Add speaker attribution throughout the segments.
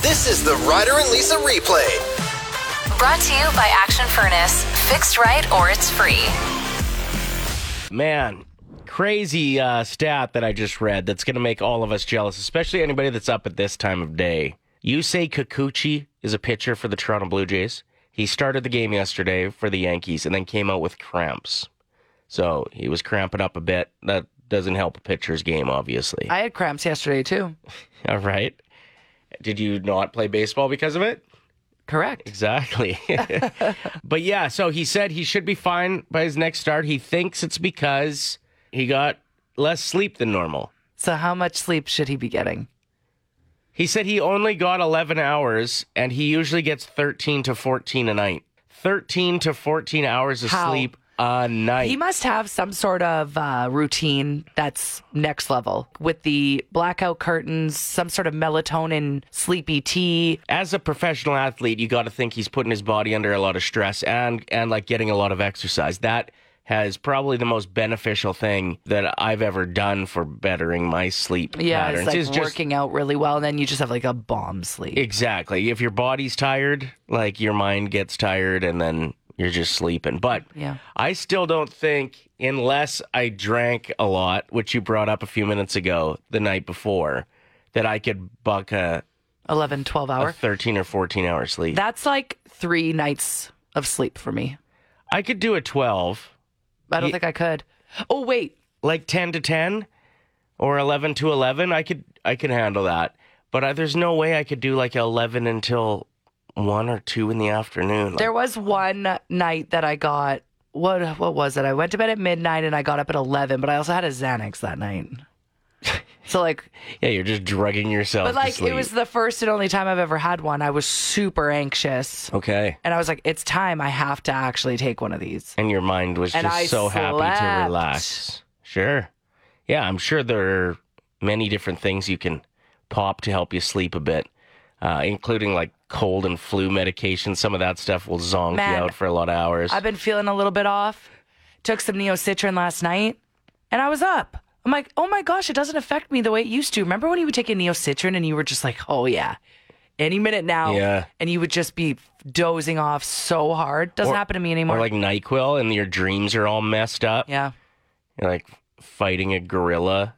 Speaker 1: This is the Ryder and Lisa replay.
Speaker 2: Brought to you by Action Furnace. Fixed right or it's free.
Speaker 3: Man, crazy uh, stat that I just read that's going to make all of us jealous, especially anybody that's up at this time of day. Yusei Kikuchi is a pitcher for the Toronto Blue Jays. He started the game yesterday for the Yankees and then came out with cramps. So he was cramping up a bit. That doesn't help a pitcher's game, obviously.
Speaker 4: I had cramps yesterday too.
Speaker 3: all right. Did you not play baseball because of it?
Speaker 4: Correct.
Speaker 3: Exactly. but yeah, so he said he should be fine by his next start. He thinks it's because he got less sleep than normal.
Speaker 4: So how much sleep should he be getting?
Speaker 3: He said he only got 11 hours and he usually gets 13 to 14 a night. 13 to 14 hours of
Speaker 4: How?
Speaker 3: sleep a night.
Speaker 4: He must have some sort of uh, routine that's next level with the blackout curtains, some sort of melatonin, sleepy tea.
Speaker 3: As a professional athlete, you got to think he's putting his body under a lot of stress and and like getting a lot of exercise. That has probably the most beneficial thing that I've ever done for bettering my sleep
Speaker 4: Yeah,
Speaker 3: patterns.
Speaker 4: it's
Speaker 3: is
Speaker 4: like
Speaker 3: just
Speaker 4: working out really well, and then you just have like a bomb sleep.
Speaker 3: Exactly. If your body's tired, like your mind gets tired and then you're just sleeping. But
Speaker 4: Yeah.
Speaker 3: I still don't think, unless I drank a lot, which you brought up a few minutes ago the night before, that I could buck a,
Speaker 4: 11, 12
Speaker 3: a
Speaker 4: hour.
Speaker 3: 13 or 14 hour sleep.
Speaker 4: That's like three nights of sleep for me.
Speaker 3: I could do a 12,
Speaker 4: I don't
Speaker 3: Ye-
Speaker 4: think I could. Oh, wait.
Speaker 3: like 10 to 10 or 11 to 11. I could, I could handle that. But I, there's no way I could do like 11 until 1 or 2 in the afternoon. Like,
Speaker 4: There was one night that I got what what was it? I went to bed at midnight and I got up at eleven, but I also had a Xanax that night. So like,
Speaker 3: yeah, you're just drugging yourself.
Speaker 4: but
Speaker 3: to
Speaker 4: like it
Speaker 3: sleep.
Speaker 4: was the first and only time I've ever had one. I was super anxious,
Speaker 3: Okay.
Speaker 4: and I was like, it's time. I have to actually take one of these.
Speaker 3: And your mind was
Speaker 4: And
Speaker 3: just
Speaker 4: I
Speaker 3: so happy to
Speaker 4: slept.
Speaker 3: relax. Sure. Yeah, I'm sure there are many different things you can pop to help you sleep a bit, uh, including like cold and flu medication. Some of that stuff will zonk you
Speaker 4: Man,
Speaker 3: out for a lot of hours.
Speaker 4: I've been feeling a little bit off. Took some neocitrin last night, and I was up. I'm like, oh my gosh, it doesn't affect me the way it used to. Remember when you would take a neocitrin and you were just like, oh yeah, any minute now,
Speaker 3: Yeah.
Speaker 4: and you would just be dozing off so hard. Doesn't
Speaker 3: Or-
Speaker 4: happen to me anymore.
Speaker 3: or like NyQuil and your dreams are all messed up.
Speaker 4: yeah,
Speaker 3: You're like fighting a gorilla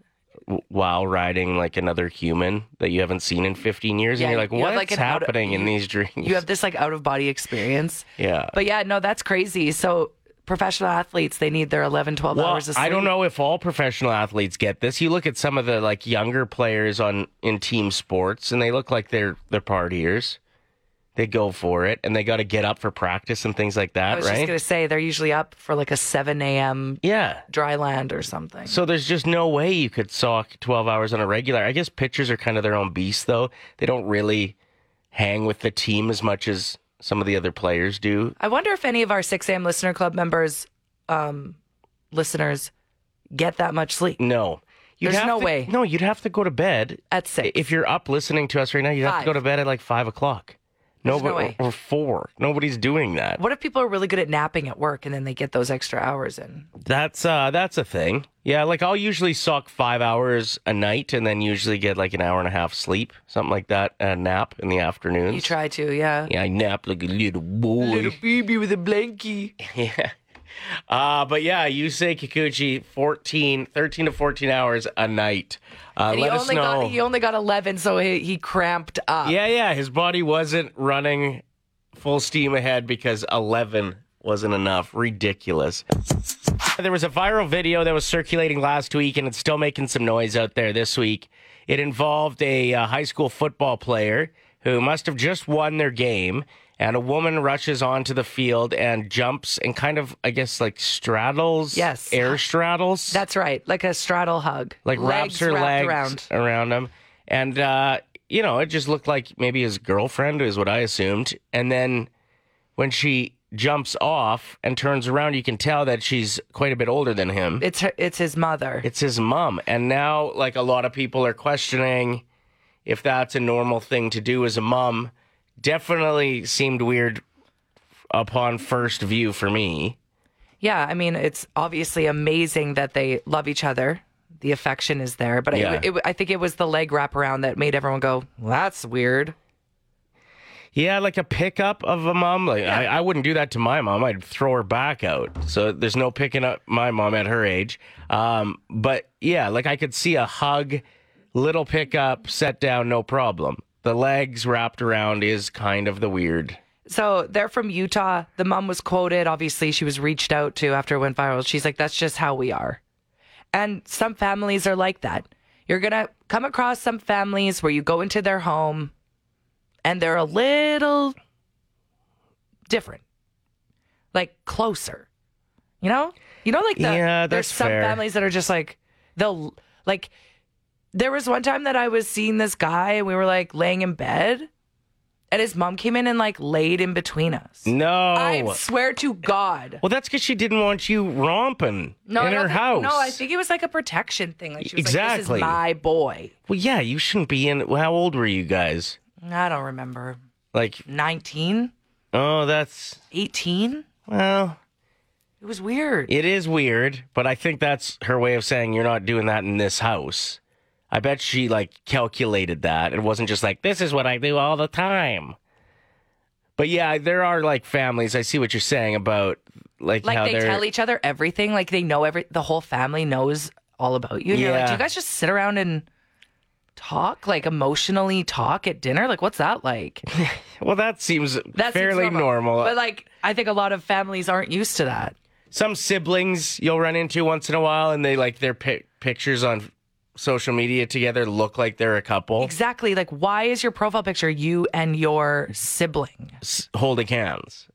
Speaker 3: w- while riding like another human that you haven't seen in 15 years.
Speaker 4: Yeah,
Speaker 3: and you're like,
Speaker 4: you have,
Speaker 3: what's
Speaker 4: like, an out-
Speaker 3: happening in these dreams?
Speaker 4: you have this like out of body experience.
Speaker 3: yeah.
Speaker 4: But yeah, no, that's crazy. So professional athletes, they need their 11, 12
Speaker 3: Well,
Speaker 4: hours of sleep.
Speaker 3: I don't know if all professional athletes get this. You look at some of the like younger players on in team sports, and they look like they're they're partiers. They go for it, and they got to get up for practice and things like
Speaker 4: I
Speaker 3: that,
Speaker 4: was
Speaker 3: right?
Speaker 4: just gonna say they're usually up for like a 7 a.m.
Speaker 3: Yeah.
Speaker 4: dry land or something.
Speaker 3: So there's just no way you could sock 12 hours on a regular. I guess pitchers are kind of their own beast, though. They don't really hang with the team as much as some of the other players do.
Speaker 4: I wonder if any of our 6 a.m. listener club members, um, listeners, get that much sleep
Speaker 3: No. You'd
Speaker 4: There's
Speaker 3: have
Speaker 4: no
Speaker 3: to-
Speaker 4: way.
Speaker 3: No, you'd have to go to bed
Speaker 4: at six.
Speaker 3: if you're up listening to us right now, you'd have to
Speaker 4: Five.
Speaker 3: go to bed at like five o'clock. No,
Speaker 4: There's no
Speaker 3: but-
Speaker 4: way.
Speaker 3: or four. Nobody's doing that.
Speaker 4: what if people are really good at napping at work and then they get those extra hours in?
Speaker 3: That's uh, that's a thing. Yeah, like I'll usually sock five hours a night, and then usually get like an hour and a half sleep, something like that, a nap in the afternoons.
Speaker 4: You try to, yeah.
Speaker 3: Yeah, I nap like a little boy.
Speaker 4: baby with a blankie.
Speaker 3: yeah. Uh, but yeah, you say Kikuchi 14, 13 to 14 hours a night. Uh,
Speaker 4: And
Speaker 3: let
Speaker 4: he
Speaker 3: us
Speaker 4: only
Speaker 3: know.
Speaker 4: got he only got 11, so he, he cramped up.
Speaker 3: Yeah, yeah. His body wasn't running full steam ahead because 11 wasn't enough. Ridiculous. There was a viral video that was circulating last week, and it's still making some noise out there this week. It involved a uh, high school football player who must have just won their game, and a woman rushes onto the field and jumps and kind of, I guess, like straddles.
Speaker 4: Yes.
Speaker 3: Air straddles
Speaker 4: That's right, like a straddle hug.
Speaker 3: like wraps
Speaker 4: Legs
Speaker 3: her
Speaker 4: wrapped
Speaker 3: legs
Speaker 4: around.
Speaker 3: around. him, and uh, you know, it just looked like maybe his girlfriend is what I assumed. And then when she jumps off and turns around, you can tell that she's quite a bit older than him.
Speaker 4: It's her, it's his mother.
Speaker 3: It's his mom, and now like a lot of people are questioning if that's a normal thing to do as a mom. Definitely seemed weird upon first view for me.
Speaker 4: yeah, I mean, it's obviously amazing that they love each other. The affection is there, but I
Speaker 3: Yeah.
Speaker 4: it, I think it was the leg wraparound that made everyone go, "That's weird."
Speaker 3: Yeah, like a pickup of a mom. Like I, I wouldn't do that to my mom. I'd throw her back out. So there's no picking up my mom at her age. Um, but yeah, like I could see a hug, little pickup, set down, no problem. The legs wrapped around is kind of the weird.
Speaker 4: So they're from Utah. The mom was quoted. Obviously, she was reached out to after it went viral. She's like, that's just how we are. And some families are like that. You're going to come across some families where you go into their home and they're a little different, like closer. You know? You know, like the,
Speaker 3: Yeah,
Speaker 4: there's
Speaker 3: that's
Speaker 4: some
Speaker 3: fair.
Speaker 4: families that are just like, they'll, like, there was one time that I was seeing this guy and we were like laying in bed and his mom came in and like laid in between us.
Speaker 3: No.
Speaker 4: I swear to God.
Speaker 3: well, that's because she didn't want you romping
Speaker 4: No, I
Speaker 3: in
Speaker 4: don't
Speaker 3: her
Speaker 4: think-
Speaker 3: house.
Speaker 4: No, I think it was like a protection thing. Like she was like, "This
Speaker 3: Exactly.
Speaker 4: is my boy."
Speaker 3: Well, yeah, you shouldn't be in. How old were you guys?
Speaker 4: I don't remember.
Speaker 3: Like,
Speaker 4: 19,
Speaker 3: oh, that's
Speaker 4: 18?
Speaker 3: well,
Speaker 4: It was weird.
Speaker 3: It is weird, but I think that's her way of saying you're not doing that in this house. I bet she like calculated that. It wasn't just like this is what I do all the time. But yeah, there are like families. I see what you're saying about like,
Speaker 4: like
Speaker 3: how
Speaker 4: they
Speaker 3: are
Speaker 4: tell each other everything. Like they know every. The whole family knows all about you. And You're like,
Speaker 3: Yeah.
Speaker 4: do you guys just sit around and talk? Like emotionally talk at dinner? Like what's that like?
Speaker 3: well, that seems
Speaker 4: That seems
Speaker 3: fairly normal.
Speaker 4: But like I think a lot of families aren't used to that.
Speaker 3: Some siblings you'll run into once in a while, and they like their pic- pictures on social media together look like they're a couple
Speaker 4: Exactly. Like why is your profile picture you and your sibling?
Speaker 3: s- holding hands.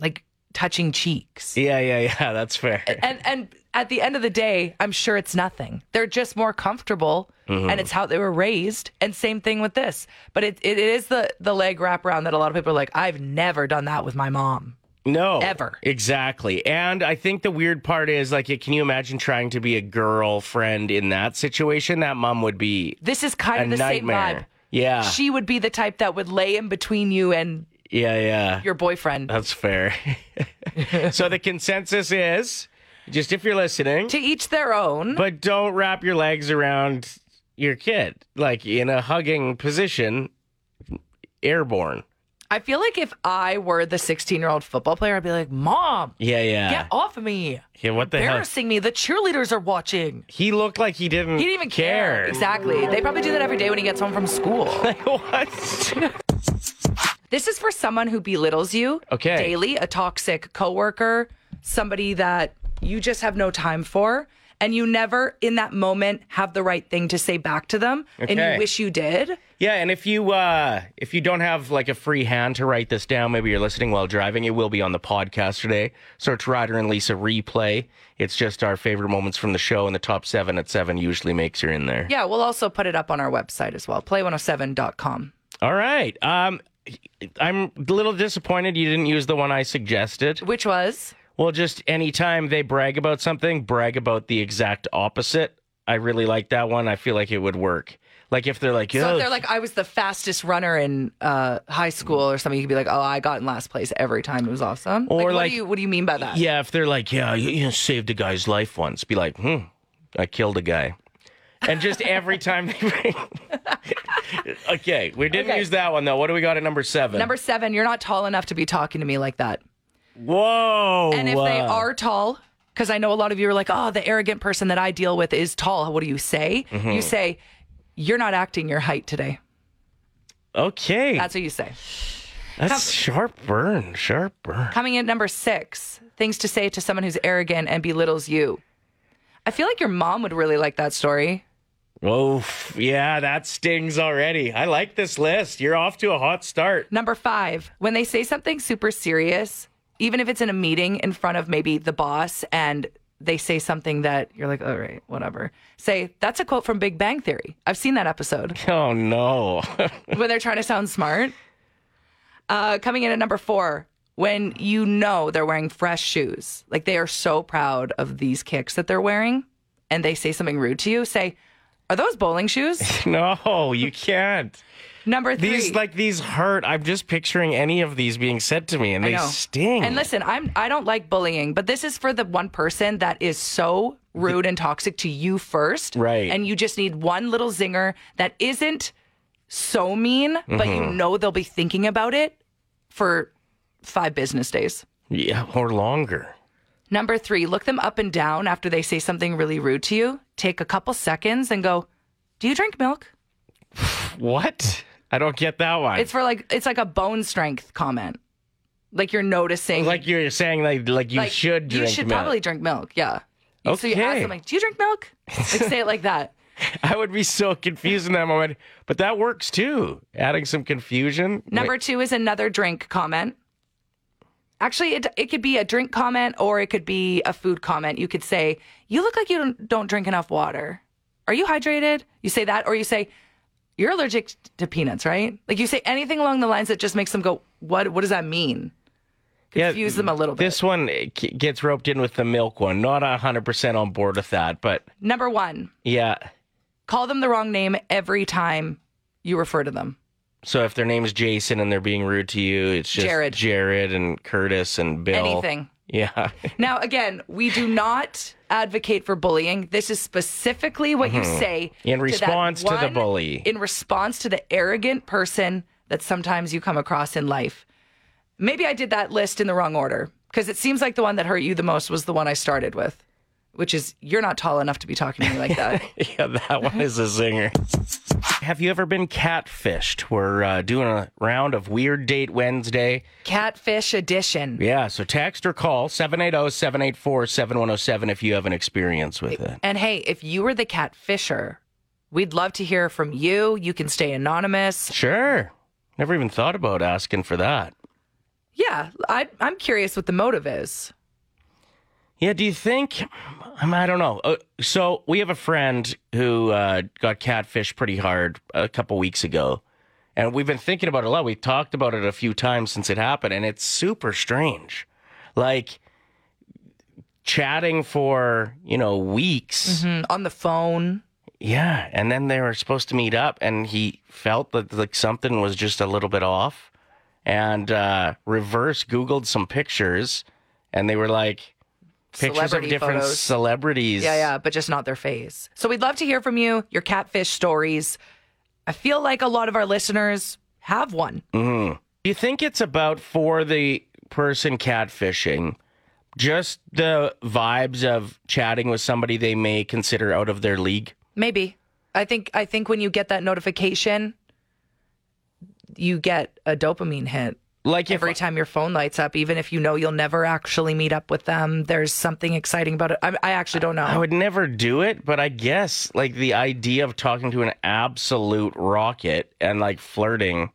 Speaker 4: Like touching cheeks.
Speaker 3: Yeah, yeah, yeah. That's fair.
Speaker 4: and and at the end of the day, I'm sure it's nothing. They're just more comfortable,
Speaker 3: Mm-hmm.
Speaker 4: and it's how they were raised. And same thing with this, but it it is the the leg wraparound that a lot of people are like, I've never done that with my mom.
Speaker 3: No.
Speaker 4: Ever.
Speaker 3: Exactly. And I think the weird part is like can you imagine trying to be a girlfriend in that situation? That mom would be
Speaker 4: This is
Speaker 3: a
Speaker 4: kind of the same vibe.
Speaker 3: nightmare. Ah. Yeah.
Speaker 4: She would be the type that would lay in between you and
Speaker 3: yeah, yeah.
Speaker 4: your boyfriend.
Speaker 3: That's fair. so the consensus is just if you're listening,
Speaker 4: to each their own.
Speaker 3: but don't wrap your legs around your kid like in a hugging position airborne.
Speaker 4: I feel like if I were the 16 year old football player, I'd be like, Mom,
Speaker 3: Yeah, yeah.
Speaker 4: get off of me.
Speaker 3: yeah what the hell?
Speaker 4: Embarrassing me. The cheerleaders are watching.
Speaker 3: He looked like he didn't
Speaker 4: He didn't even care. Exactly. They probably do that every day when he gets home from school.
Speaker 3: what?
Speaker 4: This is for someone who belittles you
Speaker 3: Okay.
Speaker 4: daily, a toxic coworker, somebody that you just have no time for, and you never in that moment have the right thing to say back to them, and
Speaker 3: Okay.
Speaker 4: you wish you did.
Speaker 3: Yeah, and if you uh, if you don't have like a free hand to write this down, maybe you're listening while driving. It will be on the podcast today. Search Ryder and Lisa replay. It's just our favorite moments from the show, and the top seven at seven usually makes her in there.
Speaker 4: Yeah, we'll also put it up on our website as well, play107.com.
Speaker 3: All right. Um, I'm a little disappointed you didn't use the one I suggested.
Speaker 4: Which was
Speaker 3: Well, just anytime they brag about something, brag about the exact opposite. I really like that one. I feel like it would work. Like if they're like,
Speaker 4: so
Speaker 3: "Oh,
Speaker 4: if they're like, I was the fastest runner in uh, high school or something, you could be like, Oh, I got in last place every time. It was awesome.
Speaker 3: Or
Speaker 4: what
Speaker 3: like-
Speaker 4: do you what do you mean by that?
Speaker 3: Yeah, if they're like, yeah, you, you saved a guy's life once, be like, hmm, I killed a guy. And just every time they bring. okay, we didn't
Speaker 4: Okay.
Speaker 3: use that one though. What do we got at number seven?
Speaker 4: Number seven, you're not tall enough to be talking to me like that.
Speaker 3: Whoa.
Speaker 4: And if they
Speaker 3: uh,
Speaker 4: are tall, because I know a lot of you are like, oh, the arrogant person that I deal with is tall. What do you say? You say, you're not acting your height today.
Speaker 3: Okay. That's,
Speaker 4: That's what you say.
Speaker 3: sharp burn, sharp burn.
Speaker 4: Coming in at number six, things to say to someone who's arrogant and belittles you. I feel like your mom would really like that story.
Speaker 3: Whoa. f- Yeah, that stings already. I like this list. You're off to a hot start.
Speaker 4: Number five, when they say something super serious, even if it's in a meeting in front of maybe the boss and they say something that you're like, all right, whatever. Say, that's a quote from Big Bang Theory. I've seen that episode.
Speaker 3: Oh, no.
Speaker 4: when they're trying to sound smart. Uh, coming in at number four, when you know they're wearing fresh shoes, like they are so proud of these kicks that they're wearing, and they say something rude to you, say, "Are those bowling shoes?"
Speaker 3: no, you can't.
Speaker 4: number three,
Speaker 3: These, like, these hurt. I'm just picturing any of these being said to me, and
Speaker 4: I
Speaker 3: they
Speaker 4: know.
Speaker 3: sting.
Speaker 4: And listen, I'm I don't like bullying, but this is for the one person that is so rude and toxic to you first,
Speaker 3: Right.
Speaker 4: And you just need one little zinger that isn't so mean, but you
Speaker 3: Mm-hmm.
Speaker 4: know they'll be thinking about it for five business days.
Speaker 3: Yeah, or longer.
Speaker 4: Number three, look them up and down after they say something really rude to you. Take a couple seconds and go, Do you drink milk?
Speaker 3: What? I don't get that one.
Speaker 4: It's for like, it's like a bone strength comment. Like you're noticing.
Speaker 3: like you're saying, like like you
Speaker 4: like,
Speaker 3: should drink
Speaker 4: You should
Speaker 3: milk.
Speaker 4: probably drink milk. Yeah. So you ask
Speaker 3: Okay.
Speaker 4: them, like, Do you drink milk? Like, say it like that.
Speaker 3: I would be so confused in that moment, but that works too. Adding some confusion.
Speaker 4: Number two is another drink comment. Actually, it, it could be a drink comment or it could be a food comment. You could say, You look like you don't, don't drink enough water. Are you hydrated? You say that, or you say, You're allergic to peanuts, right? Like you say anything along the lines that just makes them go, What, what does that mean?
Speaker 3: Yeah,
Speaker 4: Confuse them a little bit.
Speaker 3: This one eh, g- gets roped in with the milk one. Not hundred percent on board with that, but
Speaker 4: Number one,
Speaker 3: yeah.
Speaker 4: call them the wrong name every time you refer to them.
Speaker 3: So if their name is Jason and they're being rude to you, it's just
Speaker 4: Jared.
Speaker 3: Jared and Curtis and Bill.
Speaker 4: Anything.
Speaker 3: Yeah.
Speaker 4: Now, again, we do not advocate for bullying. This is specifically what you say
Speaker 3: Mm-hmm. In
Speaker 4: to that
Speaker 3: response to the
Speaker 4: one-
Speaker 3: bully.
Speaker 4: in response to the arrogant person that sometimes you come across in life. Maybe I did that list in the wrong order because it seems like the one that hurt you the most was the one I started with, which is you're not tall enough to be talking to me like that.
Speaker 3: yeah, that one is a zinger. Have you ever been catfished? We're uh, doing a round of Weird Date Wednesday.
Speaker 4: Catfish edition.
Speaker 3: Yeah, so text or call oh, 780 784 7107 if you have an experience with it.
Speaker 4: And hey, if you were the catfisher, we'd love to hear from you. You can stay anonymous.
Speaker 3: Sure. Never even thought about asking for that.
Speaker 4: Yeah, I, I'm curious what the motive is.
Speaker 3: Yeah, do you think? um, I don't know. Uh, so we have a friend who uh, got catfish pretty hard a couple weeks ago, and we've been thinking about it a lot. We've talked about it a few times since it happened, and it's super strange. Like chatting for you know weeks,
Speaker 4: Mm, on the phone.
Speaker 3: yeah, and then they were supposed to meet up, and he felt that like something was just a little bit off, and uh, reverse Googled some pictures, and they were like pictures of
Speaker 4: Celebrity
Speaker 3: different
Speaker 4: photos.
Speaker 3: celebrities.
Speaker 4: Yeah, yeah, but just not their face. So we'd love to hear from you, your catfish stories. I feel like a lot of our listeners have one.
Speaker 3: Mm-hmm. Do you think it's about for the person catfishing, just the vibes of chatting with somebody they may consider out of their league?
Speaker 4: Maybe. I think I think when you get that notification, you get a dopamine hit.
Speaker 3: Like if,
Speaker 4: Every time your phone lights up, even if you know you'll never actually meet up with them, there's something exciting about it. I, I actually don't know.
Speaker 3: I would never do it, but I guess like the idea of talking to an absolute rocket and like flirting,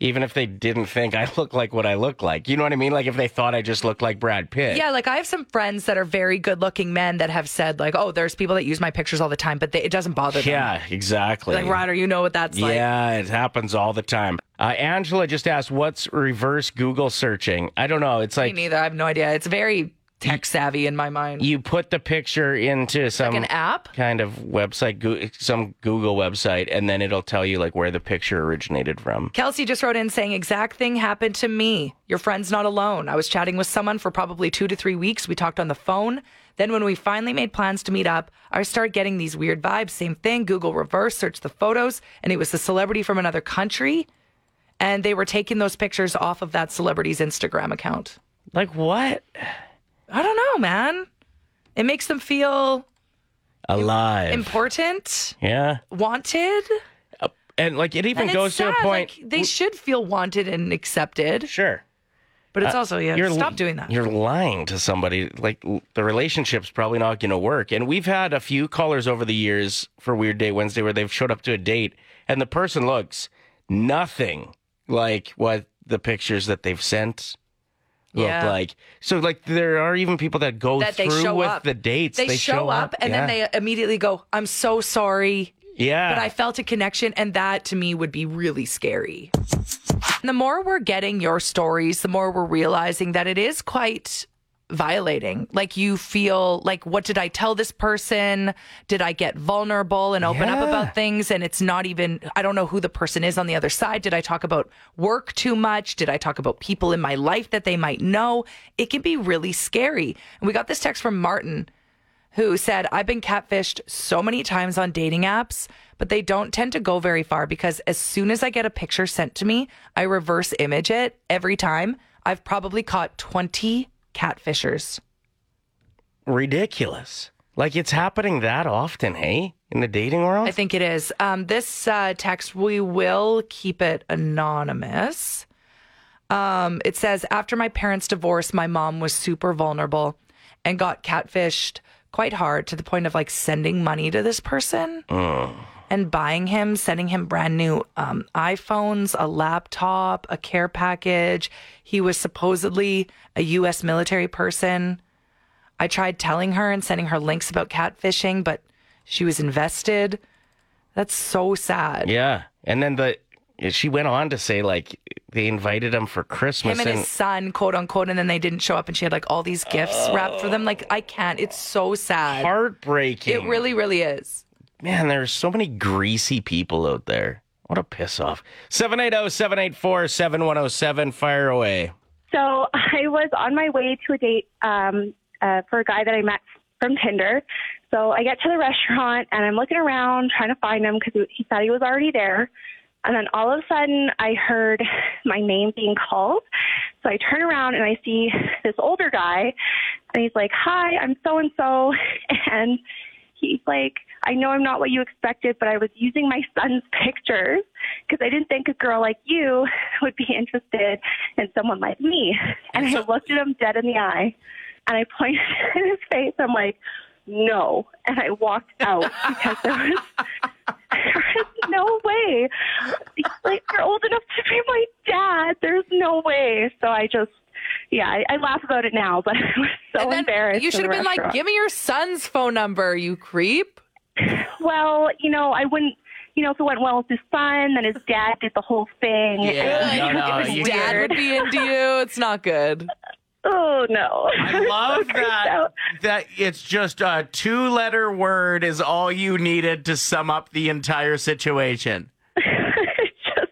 Speaker 3: even if they didn't think I look like what I look like, you know what I mean? Like if they thought I just looked like Brad Pitt.
Speaker 4: Yeah, like I have some friends that are very good looking men that have said, like, oh, there's people that use my pictures all the time, but they, it doesn't bother them.
Speaker 3: Yeah, exactly.
Speaker 4: Like, Ryder, you know what that's like.
Speaker 3: yeah, it happens all the time. Uh, Angela just asked, "What's reverse Google searching?" I don't know. It's
Speaker 4: Me
Speaker 3: like
Speaker 4: neither. I have no idea. It's very tech savvy in my mind.
Speaker 3: you put the picture into some
Speaker 4: Like an app?
Speaker 3: kind of website, Goo- some Google website, and then it'll tell you like where the picture originated from.
Speaker 4: Kelsey just wrote in saying, exact thing happened to me. Your friend's not alone. I was chatting with someone for probably two to three weeks. We talked on the phone. Then, when we finally made plans to meet up, I start getting these weird vibes. Same thing. Google reverse search the photos, and it was the celebrity from another country. And they were taking those pictures off of that celebrity's Instagram account.
Speaker 3: Like what?
Speaker 4: I don't know, man. It makes them feel
Speaker 3: Alive.
Speaker 4: important,
Speaker 3: yeah.
Speaker 4: wanted.
Speaker 3: And like it even
Speaker 4: And it's
Speaker 3: goes to
Speaker 4: sad,
Speaker 3: a point.
Speaker 4: Like, they should feel wanted and accepted,
Speaker 3: sure.
Speaker 4: but it's also yeah.
Speaker 3: Uh, You're
Speaker 4: stop doing that.
Speaker 3: You're lying to somebody. Like l- the relationship's probably not going to work. And we've had a few callers over the years for Weird Day Wednesday where they've showed up to a date and the person looks nothing like what the pictures that they've sent look
Speaker 4: Yeah.
Speaker 3: like. So like there are even people that go
Speaker 4: that they
Speaker 3: through
Speaker 4: show
Speaker 3: with
Speaker 4: up.
Speaker 3: the dates.
Speaker 4: They, show, up, and
Speaker 3: yeah.
Speaker 4: then they immediately go, "I'm so sorry,
Speaker 3: yeah.
Speaker 4: but I felt a connection," and that to me would be really scary. And the more we're getting your stories, the more we're realizing that it is quite violating. Like you feel like, what did I tell this person? Did I get vulnerable and open up
Speaker 3: Yeah.
Speaker 4: about things? And it's not even, I don't know who the person is on the other side. Did I talk about work too much? Did I talk about people in my life that they might know? It can be really scary. And we got this text from Martin who said, I've been catfished so many times on dating apps, but they don't tend to go very far because as soon as I get a picture sent to me, I reverse image it every time. I've probably caught 20 catfishers.
Speaker 3: Ridiculous. Like it's happening that often, hey? In the dating world?
Speaker 4: I think it is. Um, this uh, text, we will keep it anonymous. Um, it says, After my parents' divorce, my mom was super vulnerable and got catfished quite hard to the point of like sending money to this person and buying him, sending him brand new um, iPhones, a laptop, a care package. He was supposedly a U.S. military person. I tried telling her and sending her links about catfishing, but she was invested. That's so sad.
Speaker 3: yeah. And then the she went on to say like they invited him for Christmas
Speaker 4: Him and his son, quote unquote, and then they didn't show up, and she had like all these gifts wrapped for them. Like, I can't. It's so sad.
Speaker 3: heartbreaking.
Speaker 4: It really, really is.
Speaker 3: Man, there's so many greasy people out there. What a piss off. oh, 780-784-7107 fire away.
Speaker 5: So I was on my way to a date um, uh, for a guy that I met from Tinder. So I get to the restaurant and I'm looking around trying to find him because he said he was already there. And then all of a sudden, I heard my name being called. So I turn around and I see this older guy, and he's like, "Hi, I'm so and so," and he's like, I know I'm not what you expected, but I was using my son's pictures because I didn't think a girl like you would be interested in someone like me. And I looked at him dead in the eye and I pointed in his face. I'm like, no. And I walked out because there was, there was no way. He's like, you're old enough to be my dad. There's no way. So I just, yeah, I, I laugh about it now, but I was so
Speaker 4: and then
Speaker 5: embarrassed.
Speaker 4: you
Speaker 5: in
Speaker 4: should
Speaker 5: the
Speaker 4: have been like,
Speaker 5: restaurant.
Speaker 4: give me your son's phone number, you creep.
Speaker 5: Well, you know, I wouldn't. You know, if it went well with his son, then his dad did the whole thing.
Speaker 3: Yeah,
Speaker 5: And-
Speaker 3: no, no,
Speaker 5: it was
Speaker 3: you-
Speaker 4: Dad
Speaker 5: weird.
Speaker 4: would be into you. It's not good.
Speaker 5: Oh no!
Speaker 3: I love that.
Speaker 5: out.
Speaker 3: That it's just a two letter word is all you needed to sum up the entire situation.
Speaker 5: It's just,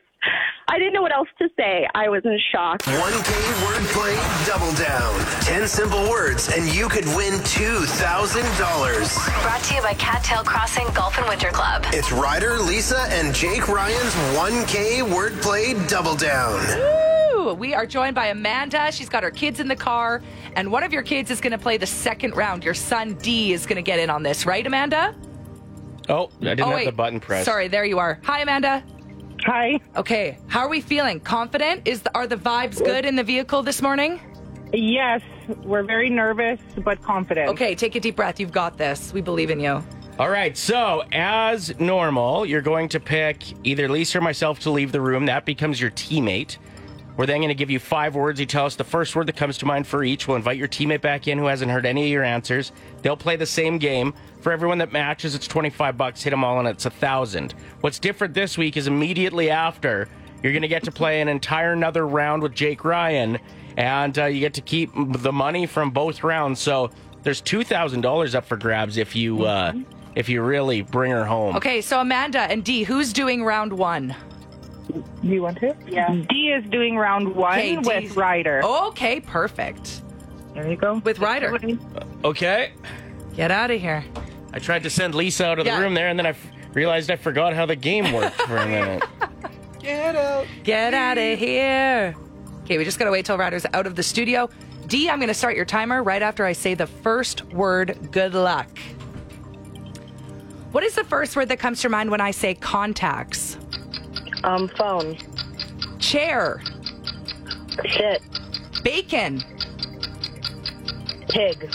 Speaker 5: I didn't know what else to say. I was in shock.
Speaker 1: 1K wordplay double down. 10 simple words, and you could win $2,000.
Speaker 2: Brought to you by Cattail Crossing Golf and Winter Club.
Speaker 1: It's Ryder, Lisa, and Jake Ryan's 1K wordplay double down.
Speaker 4: Ooh, we are joined by Amanda. She's got her kids in the car, and one of your kids is going to play the second round. Your son D is going to get in on this, right, Amanda?
Speaker 3: Oh, I didn't
Speaker 4: oh,
Speaker 3: have the button pressed.
Speaker 4: Sorry, there you are. Hi, Amanda.
Speaker 6: Hi.
Speaker 4: Okay, how are we feeling? Confident? Is the, are the vibes good in the vehicle this morning?
Speaker 6: Yes, we're very nervous but confident.
Speaker 4: Okay, take a deep breath. You've got this. We believe in you.
Speaker 3: All right, so as normal, you're going to pick either Lisa or myself to leave the room. That becomes your teammate. We're then going to give you five words. You tell us the first word that comes to mind for each. We'll invite your teammate back in who hasn't heard any of your answers. They'll play the same game. For everyone that matches, it's 25 bucks. Hit them all and it's a thousand. What's different this week is immediately after, you're going to get to play an entire another round with Jake Ryan, and uh, you get to keep the money from both rounds. So there's $2,000 up for grabs if you. Uh, if you really bring her home.
Speaker 4: Mm-hmm. Okay, so Amanda and D, who's doing round one?
Speaker 6: Do you want to? Yeah. D is doing round one
Speaker 4: Okay, D.
Speaker 6: with Ryder.
Speaker 4: Okay, perfect.
Speaker 6: There you go.
Speaker 4: With Ryder.
Speaker 3: Okay.
Speaker 4: Get out of here.
Speaker 3: I tried to send Lisa out of the
Speaker 4: Yeah.
Speaker 3: room there, and then I f- realized I forgot how the game worked for a minute.
Speaker 4: Get out of here. Okay, we just gotta wait till Ryder's out of the studio. D, I'm gonna start your timer right after I say the first word. Good luck. What is the first word that comes to your mind when I say contacts?
Speaker 7: Um, phone.
Speaker 4: Chair,
Speaker 7: Shit.
Speaker 4: bacon,
Speaker 7: Pig.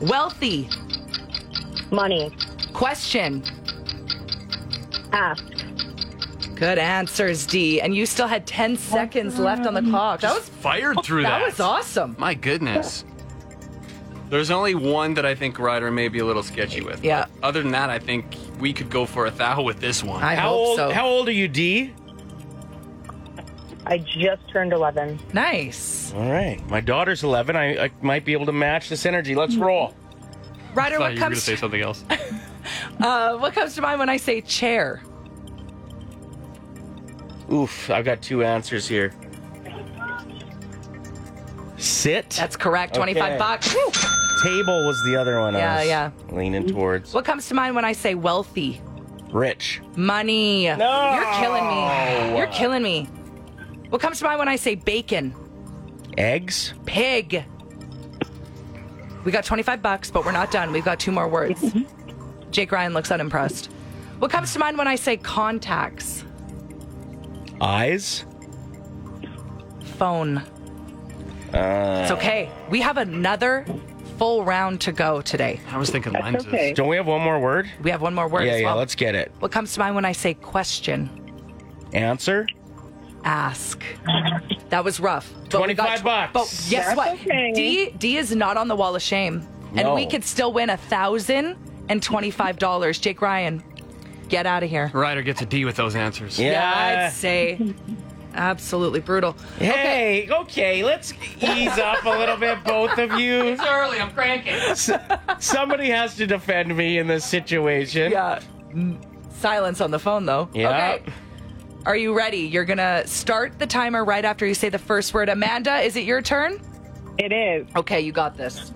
Speaker 4: wealthy,
Speaker 7: Money.
Speaker 4: question.
Speaker 7: Ask.
Speaker 4: Good answers, D. And you still had 10 seconds left on the clock. That was
Speaker 8: fired through that.
Speaker 4: that was awesome.
Speaker 8: My goodness. There's only one that I think Ryder may be a little sketchy with.
Speaker 4: Yeah.
Speaker 8: Other than that, I think we could go for a thou with this one.
Speaker 4: I
Speaker 3: how
Speaker 4: hope
Speaker 3: old?
Speaker 4: so.
Speaker 3: How old are you, D?
Speaker 7: I just turned 11.
Speaker 4: nice.
Speaker 3: All right, my daughter's 11. I, I might be able to match this energy. Let's
Speaker 4: Mm-hmm.
Speaker 3: roll.
Speaker 4: Ryder,
Speaker 8: thought
Speaker 4: what
Speaker 8: you were gonna
Speaker 4: comes,
Speaker 8: say something else.
Speaker 4: uh, what comes to mind when I say chair?
Speaker 3: Oof, I've got two answers here. Sit.
Speaker 4: That's correct. 25
Speaker 3: Okay.
Speaker 4: bucks. Woo.
Speaker 3: Table was the other one
Speaker 4: Yeah,
Speaker 3: I was
Speaker 4: yeah. Mm-hmm.
Speaker 3: leaning towards.
Speaker 4: What comes to mind when I say wealthy?
Speaker 3: Rich.
Speaker 4: Money. No. You're killing me. You're killing me. What comes to mind when I say bacon?
Speaker 3: Eggs?
Speaker 4: Pig. We got 25 bucks, but we're not done. We've got two more words.
Speaker 3: Mm-hmm.
Speaker 4: Jake Ryan looks unimpressed. What comes to mind when I say contacts?
Speaker 3: Eyes?
Speaker 4: Phone.
Speaker 3: Uh,
Speaker 4: it's okay. We have another full round to go today.
Speaker 8: I was thinking lenses.
Speaker 7: okay.
Speaker 3: Don't we have one more word?
Speaker 4: We have one more word
Speaker 3: yeah,
Speaker 4: as
Speaker 3: yeah,
Speaker 4: well.
Speaker 3: let's get it.
Speaker 4: What comes to mind when I say question?
Speaker 3: Answer?
Speaker 4: Ask. That was rough. but we
Speaker 3: 25 bucks.
Speaker 4: But guess
Speaker 7: That's
Speaker 4: what?
Speaker 7: okay.
Speaker 4: D D is not on the wall of shame, and
Speaker 3: No.
Speaker 4: we could still win a thousand and twenty-five dollars. Jake Ryan, get out of here.
Speaker 8: Ryder gets a D with those answers.
Speaker 4: I'd say absolutely brutal.
Speaker 3: Hey, okay. let's ease up a little bit, both of you.
Speaker 8: early. I'm cranking.
Speaker 3: Somebody has to defend me in this situation.
Speaker 4: Yeah. Silence on the phone though.
Speaker 3: Yeah.
Speaker 4: Okay. Are you ready? You're gonna start the timer right after you say the first word. Amanda, is it your turn?
Speaker 6: It is.
Speaker 4: Okay, you got this.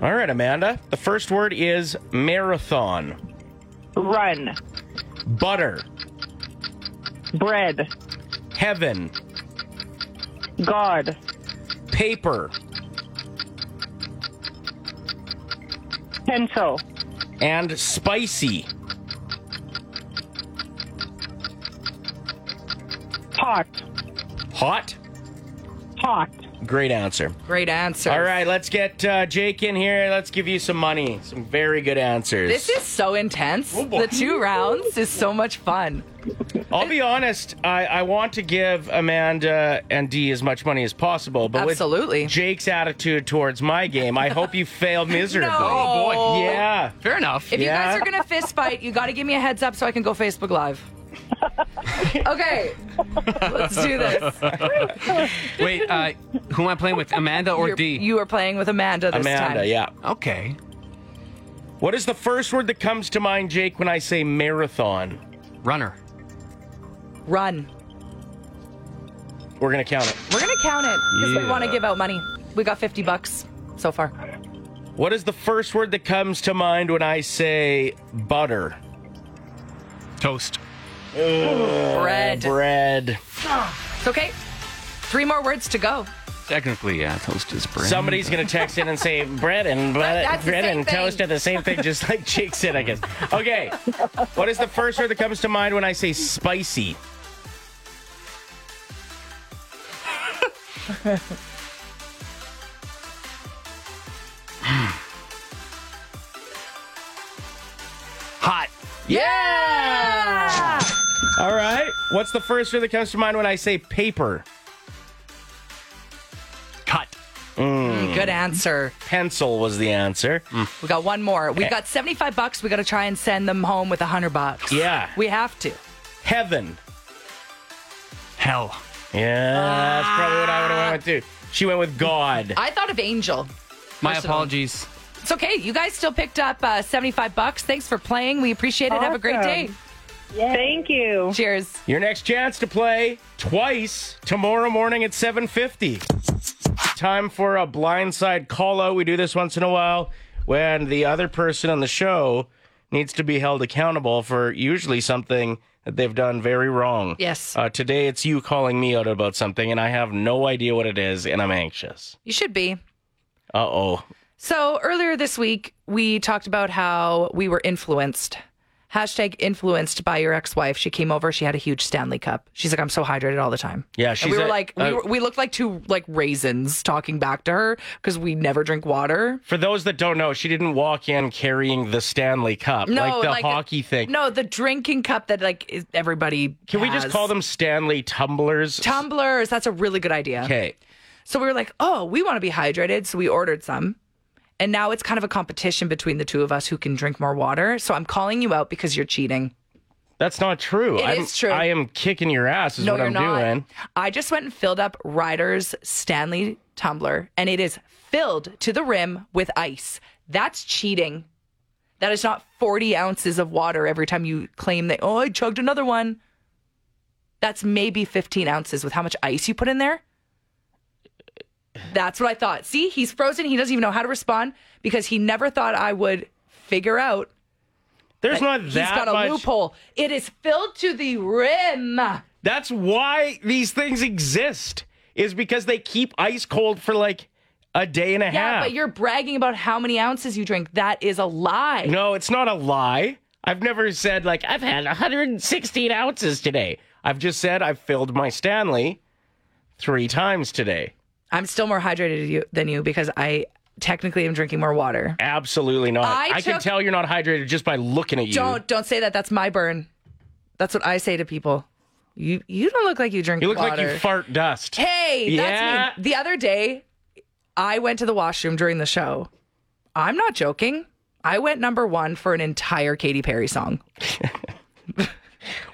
Speaker 3: All right, Amanda. The first word is marathon.
Speaker 6: Run.
Speaker 3: Butter.
Speaker 6: Bread.
Speaker 3: Heaven.
Speaker 6: God.
Speaker 3: Paper.
Speaker 6: Pencil.
Speaker 3: And spicy.
Speaker 6: Pot.
Speaker 3: Hot.
Speaker 6: Pot.
Speaker 3: Great answer.
Speaker 4: Great answer.
Speaker 3: All right, let's get uh, Jake in here. Let's give you some money. Some very good answers.
Speaker 4: This is so intense.
Speaker 3: Oh, boy.
Speaker 4: the two rounds is so much fun.
Speaker 3: I'll be honest. I, I want to give Amanda and Dee as much money as possible, but
Speaker 4: Absolutely.
Speaker 3: with Jake's attitude towards my game, I hope you fail miserably.
Speaker 4: No. Oh, boy.
Speaker 3: Yeah.
Speaker 8: Fair enough.
Speaker 4: If
Speaker 3: Yeah.
Speaker 4: you guys are gonna fist fight, you gotta give me a heads up so I can go Facebook Live. okay. Let's do this.
Speaker 8: Wait, uh, who am I playing with? Amanda or
Speaker 4: You're-
Speaker 8: D?
Speaker 4: You are playing with Amanda this time.
Speaker 3: Amanda, yeah.
Speaker 8: okay.
Speaker 3: What is the first word that comes to mind, Jake, when I say marathon?
Speaker 8: Runner.
Speaker 4: Run.
Speaker 3: We're going to count it.
Speaker 4: We're gonna count it because we
Speaker 8: Yeah.
Speaker 4: wanna give out money. We got fifty bucks so far.
Speaker 3: What is the first word that comes to mind when I say butter?
Speaker 8: Toast.
Speaker 4: Bread.
Speaker 3: Bread.
Speaker 4: It's okay. Three more words to go.
Speaker 8: Technically, yeah, toast is bread.
Speaker 3: Somebody's gonna text in and say bread and
Speaker 4: that's
Speaker 3: bread,
Speaker 4: the
Speaker 3: bread
Speaker 4: same
Speaker 3: and
Speaker 4: thing.
Speaker 3: toast are the same thing, just like Jake said, I guess. Okay, what is the first word that comes to mind when I say spicy?
Speaker 8: hot.
Speaker 3: Yeah. All right. What's the first word that comes to mind when I say paper?
Speaker 8: Cut.
Speaker 4: Good answer.
Speaker 3: Pencil was the answer.
Speaker 4: We got one more. We got 75 bucks. We got to try and send them home with 100 bucks.
Speaker 3: Yeah.
Speaker 4: We have to.
Speaker 3: Heaven.
Speaker 8: Hell.
Speaker 3: Yeah, that's probably what I would have went with too. She went with God.
Speaker 4: I thought of Angel.
Speaker 8: My
Speaker 4: Personally.
Speaker 8: apologies.
Speaker 4: It's okay. You guys still picked up uh, 75 bucks. Thanks for playing. We appreciate it. Have a great day.
Speaker 6: Awesome. Thank you.
Speaker 4: Cheers.
Speaker 3: Your next chance to play twice tomorrow morning at 7:50. Time for a blindside call out. We do this once in a while when the other person on the show needs to be held accountable for usually something that they've done very wrong.
Speaker 4: Yes.
Speaker 3: Uh, today it's you calling me out about something and I have no idea what it is and I'm anxious.
Speaker 4: You should be.
Speaker 3: Uh-oh.
Speaker 4: So earlier this week, we talked about how we were influenced. Hashtag influenced by your ex-wife. She came over. She had a huge Stanley Cup. She's like, I'm so hydrated all the time.
Speaker 3: Yeah,
Speaker 4: And
Speaker 3: she's
Speaker 4: we were
Speaker 3: a-
Speaker 4: like, we,
Speaker 3: uh,
Speaker 4: were, we looked like two like raisins talking back to her because we never drink water.
Speaker 3: For those that don't know, she didn't walk in carrying the Stanley Cup, like the hockey thing.
Speaker 4: No, the drinking cup that like is- everybody.
Speaker 3: Can we just
Speaker 4: has.
Speaker 3: call them Stanley tumblers?
Speaker 4: tumblers? That's a really good idea.
Speaker 3: okay.
Speaker 4: So we were like, oh, we want to be hydrated. So we ordered some. And now it's kind of a competition between the two of us who can drink more water. So I'm calling you out because you're cheating.
Speaker 3: That's not true.
Speaker 4: It
Speaker 3: I'm,
Speaker 4: is true.
Speaker 3: I am kicking your ass, is
Speaker 4: No,
Speaker 3: what
Speaker 4: you're
Speaker 3: I'm
Speaker 4: not.
Speaker 3: doing.
Speaker 4: I just went and filled up Ryder's Stanley tumbler, and it is filled to the rim with ice. That's cheating. That is not 40 ounces of water every time you claim that, oh, I chugged another one. That's maybe 15 ounces with how much ice you put in there. That's what I thought. See, he's frozen. He doesn't even know how to respond because he never thought I would figure out.
Speaker 3: There's not
Speaker 4: He's
Speaker 3: that
Speaker 4: got a
Speaker 3: much.
Speaker 4: loophole. It is filled to the rim.
Speaker 3: That's why these things exist, is because they keep ice cold for like a day and a
Speaker 4: Yeah,
Speaker 3: half.
Speaker 4: but you're bragging about how many ounces you drink. That is a lie.
Speaker 3: No, it's not a lie. I've never said like I've had 116 ounces today. I've just said I've filled my Stanley three times today.
Speaker 4: I'm still more hydrated you- than you because I technically am drinking more water.
Speaker 3: Absolutely not.
Speaker 4: I
Speaker 3: can
Speaker 4: took-
Speaker 3: tell you're not hydrated just by looking at you.
Speaker 4: Don't don't say that. That's my burn. That's what I say to people. You you don't look like you drink
Speaker 3: You look like
Speaker 4: water.
Speaker 3: you fart dust.
Speaker 4: Hey,
Speaker 3: Yeah.
Speaker 4: that's me. The other day, I went to the washroom during the show. I'm not joking. I went number one for an entire Katy Perry song.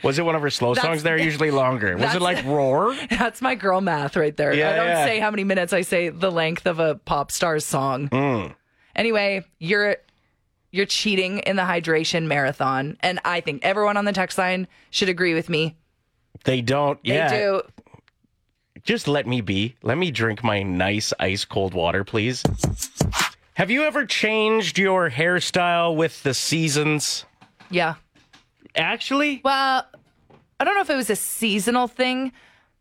Speaker 3: Was it one of her slow
Speaker 4: That's-
Speaker 3: songs? They're usually longer. Was it
Speaker 4: that's-
Speaker 3: like Roar?
Speaker 4: That's my girl math right there.
Speaker 3: Yeah,
Speaker 4: I don't
Speaker 3: yeah.
Speaker 4: say how many minutes I say the length of a pop star's song.
Speaker 3: Mm.
Speaker 4: Anyway, you're you're cheating in the hydration marathon, and I think everyone on the text line should agree with me.
Speaker 3: They don't.
Speaker 4: They
Speaker 3: yeah.
Speaker 4: do.
Speaker 3: Just let me be. Let me drink my nice ice cold water, please. Have you ever changed your hairstyle with the seasons?
Speaker 4: Yeah.
Speaker 3: Actually,
Speaker 4: Well, I don't know if it was a seasonal thing,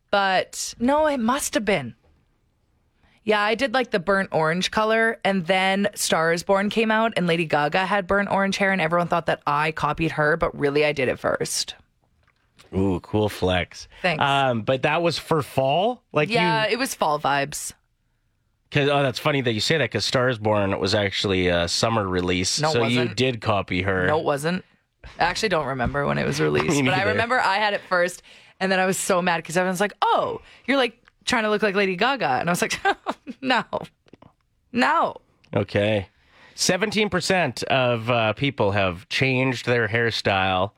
Speaker 4: but no, it must have been. Yeah, I did like the burnt orange color, and then Star is Born came out, and Lady Gaga had burnt orange hair, and everyone thought that I copied her, but really I did it first.
Speaker 3: Ooh, cool flex.
Speaker 4: Thanks.
Speaker 3: Um, but that was for fall, like
Speaker 4: Yeah,
Speaker 3: you.
Speaker 4: it was fall vibes.
Speaker 3: Cause, oh, that's funny that you say that because Stars Born was actually a summer release,
Speaker 4: No, it
Speaker 3: so you
Speaker 4: wasn't.
Speaker 3: did copy her.
Speaker 4: No, it wasn't. I actually don't remember when it was released, but I
Speaker 3: neither.
Speaker 4: remember I had it first, and then I was so mad because everyone's like, "Oh, you're like trying to look like Lady Gaga," and I was like, "No, no."
Speaker 3: Okay. Seventeen percent of uh, people have changed their hairstyle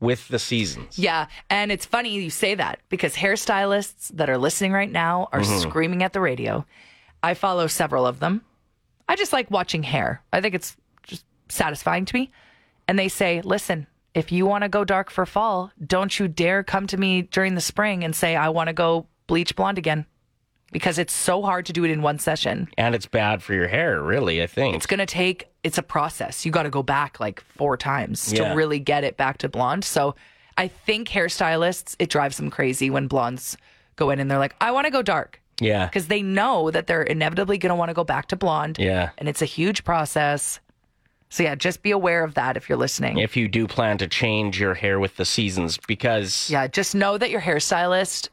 Speaker 3: with the seasons.
Speaker 4: Yeah, and it's funny you say that because hairstylists that are listening right now are screaming at the radio. I follow several of them. I just like watching hair. I think it's just satisfying to me. And they say, "Listen, if you want to go dark for fall, don't you dare come to me during the spring and say I want to go bleach blonde again." Because it's so hard to do it in one session.
Speaker 3: and it's bad for your hair, really. I think.
Speaker 4: It's going to take, it's a process. You got to go back like four times
Speaker 3: Yeah.
Speaker 4: to really get it back to blonde. So I think hairstylists, it drives them crazy when blondes go in and they're like, I want to go dark
Speaker 3: yeah.
Speaker 4: because they know that they're inevitably going to want to go back to blonde.
Speaker 3: Yeah.
Speaker 4: And it's a huge process. So yeah, just be aware of that if you're listening.
Speaker 3: If you do plan to change your hair with the seasons, because
Speaker 4: yeah, just know that your hairstylist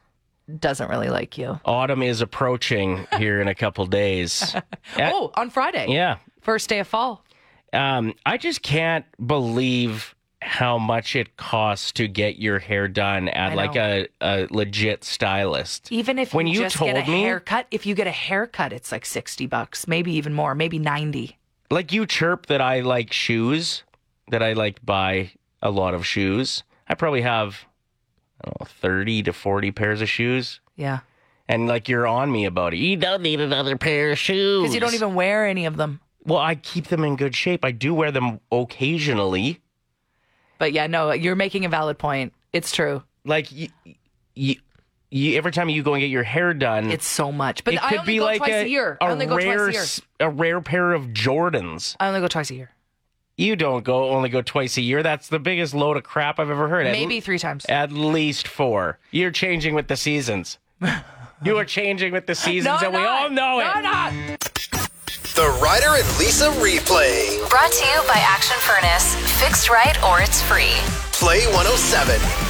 Speaker 4: doesn't really like you.
Speaker 3: autumn is approaching here in a couple days. Uh,
Speaker 4: oh, on Friday.
Speaker 3: Yeah.
Speaker 4: First day of fall.
Speaker 3: Um, I just can't believe how much it costs to get your hair done at
Speaker 4: I
Speaker 3: like a, a legit stylist.
Speaker 4: Even if
Speaker 3: When
Speaker 4: you,
Speaker 3: you
Speaker 4: just
Speaker 3: told
Speaker 4: get a
Speaker 3: me-
Speaker 4: haircut, if you get a haircut, it's like sixty bucks, maybe even more, maybe ninety.
Speaker 3: Like you chirp that I like shoes, that I like buy a lot of shoes. I probably have I don't know, 30 to 40 pairs of shoes.
Speaker 4: Yeah,
Speaker 3: And like you're on me about it. You don't need another pair of shoes.
Speaker 4: because you don't even wear any of them.
Speaker 3: Well, I keep them in good shape. I do wear them occasionally.
Speaker 4: But yeah, no, you're making a valid point. It's true.
Speaker 3: Like you, you, you every time you go and get your hair done,
Speaker 4: It's so much, but
Speaker 3: Mm. it
Speaker 4: I
Speaker 3: could
Speaker 4: only
Speaker 3: be
Speaker 4: go
Speaker 3: like
Speaker 4: twice
Speaker 3: a,
Speaker 4: a, year. I
Speaker 3: a
Speaker 4: only go
Speaker 3: rare,
Speaker 4: twice a year.
Speaker 3: s- a rare pair of Jordans.
Speaker 4: I only go twice a year,
Speaker 3: You don't go only go twice a year. That's the biggest load of crap I've ever heard. At
Speaker 4: maybe
Speaker 3: l-
Speaker 4: three times.
Speaker 3: at least four. You're changing with the seasons. you are changing with the
Speaker 4: No,
Speaker 3: seasons,
Speaker 4: I'm
Speaker 3: and we
Speaker 4: not.
Speaker 3: all know
Speaker 4: No,
Speaker 3: it.
Speaker 4: I'm not.
Speaker 1: The Ryder and Lisa replay.
Speaker 2: Brought to you by Action Furnace. Fixed right or it's free.
Speaker 1: Play 107.